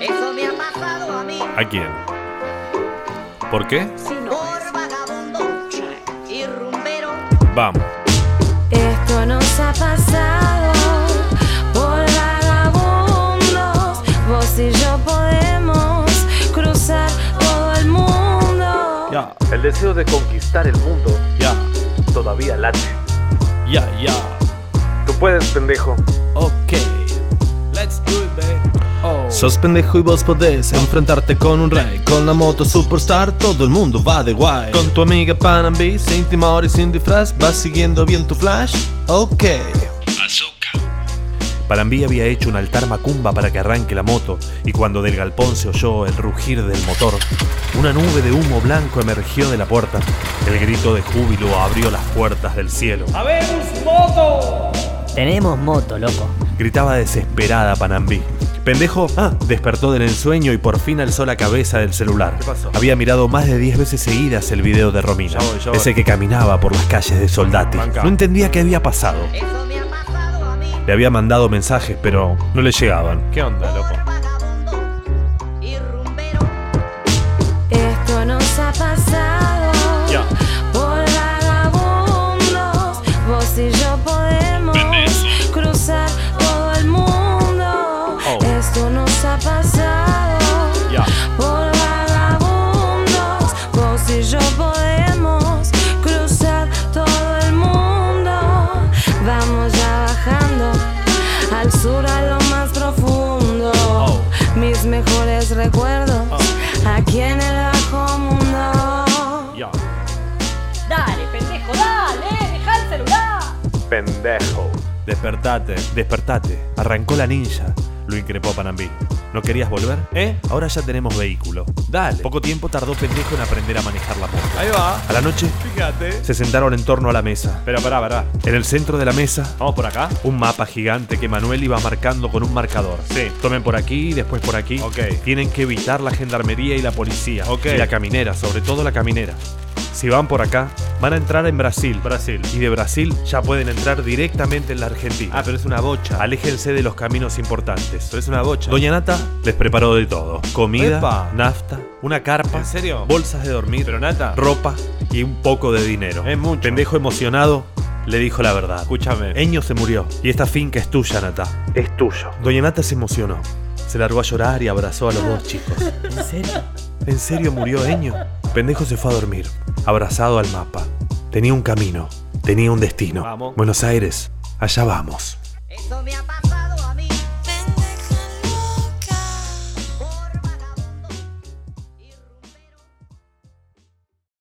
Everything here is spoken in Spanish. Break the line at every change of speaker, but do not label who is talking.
Eso me ha pasado a mí
¿A quién? ¿Por qué?
eh.
por vagabundo y rumbero.
Vamos.
Esto nos ha pasado por vagabundos. Vos y yo podemos cruzar todo el mundo.
Ya,
El deseo de conquistar el mundo
ya,
todavía late.
ya, ya.
Tú puedes, pendejo.
Ok. Let's do it, babe. Oh.
Sos pendejo y vos podés enfrentarte con un rey Con la moto superstar todo el mundo va de guay Con tu amiga Panambi sin timor y sin disfraz Vas siguiendo bien tu flash, ok
Parambí había hecho un altar macumba para que arranque la moto, y cuando del galpón se oyó el rugir del motor, una nube de humo blanco emergió de la puerta. El grito de júbilo abrió las puertas del cielo.
Tenemos moto, loco.
Gritaba desesperada Panambí. Pendejo ah, despertó del ensueño y por fin alzó la cabeza del celular. Había mirado más de 10 veces seguidas el video de Romina,
Ya voy, ya voy.
ese que caminaba por las calles de Soldati.
Banca.
No entendía qué había pasado.
Eso me ha pasado a mí
Le había mandado mensajes, pero no le llegaban.
¿Qué onda, loco?
por vagabundo y rumbero.
Esto nos ha pasado
Ya.
por vagabundos. Vos y yo podemos cruzar todo el mundo.
Oh.
Esto nos ha pasado
Ya.
por vagabundos. Vos y yo podemos cruzar todo el mundo. Vamos ya bajando al sur a lo más profundo.
Oh.
Mis mejores recuerdos
Ah.
aquí en el bajo mundo.
Ya.
Dale, pendejo, dale, deja el celular.
Pendejo.
Despertate, despertate. Arrancó la ninja. Lo increpó Panambí. ¿No querías volver?
¿Eh?
Ahora ya tenemos vehículo.
Dale.
Poco tiempo tardó pendejo en aprender a manejar la moto.
Ahí va.
A la noche
Fíjate.
se sentaron en torno a la mesa.
Pero pará, pará.
En el centro de la mesa,
¿Vamos por acá?
un mapa gigante que Manuel iba marcando con un marcador.
Sí.
Tomen por aquí, después por aquí.
Ok.
Tienen que evitar la gendarmería y la policía.
Ok.
Y la caminera, sobre todo la caminera. Si van por acá, van a entrar en Brasil.
Brasil.
Y de Brasil ya pueden entrar directamente en la Argentina.
Ah, pero es una bocha.
Aléjense de los caminos importantes.
Pero es una bocha.
Doña Nata les preparó de todo: comida,
Epa.
nafta, una carpa,
¿En serio?
bolsas de dormir,
Pero Nata.
ropa y un poco de dinero.
Es mucho.
Pendejo emocionado le dijo la verdad.
Escúchame.
Eño se murió y esta finca es tuya, Nata.
Es tuyo.
Doña Nata se emocionó. Se largó a llorar y abrazó a los dos chicos.
¿En serio?
¿En serio murió Eño? Pendejo se fue a dormir, abrazado al mapa. Tenía un camino, tenía un destino.
Vamos.
Buenos Aires, allá vamos.
Eso me ha pasado.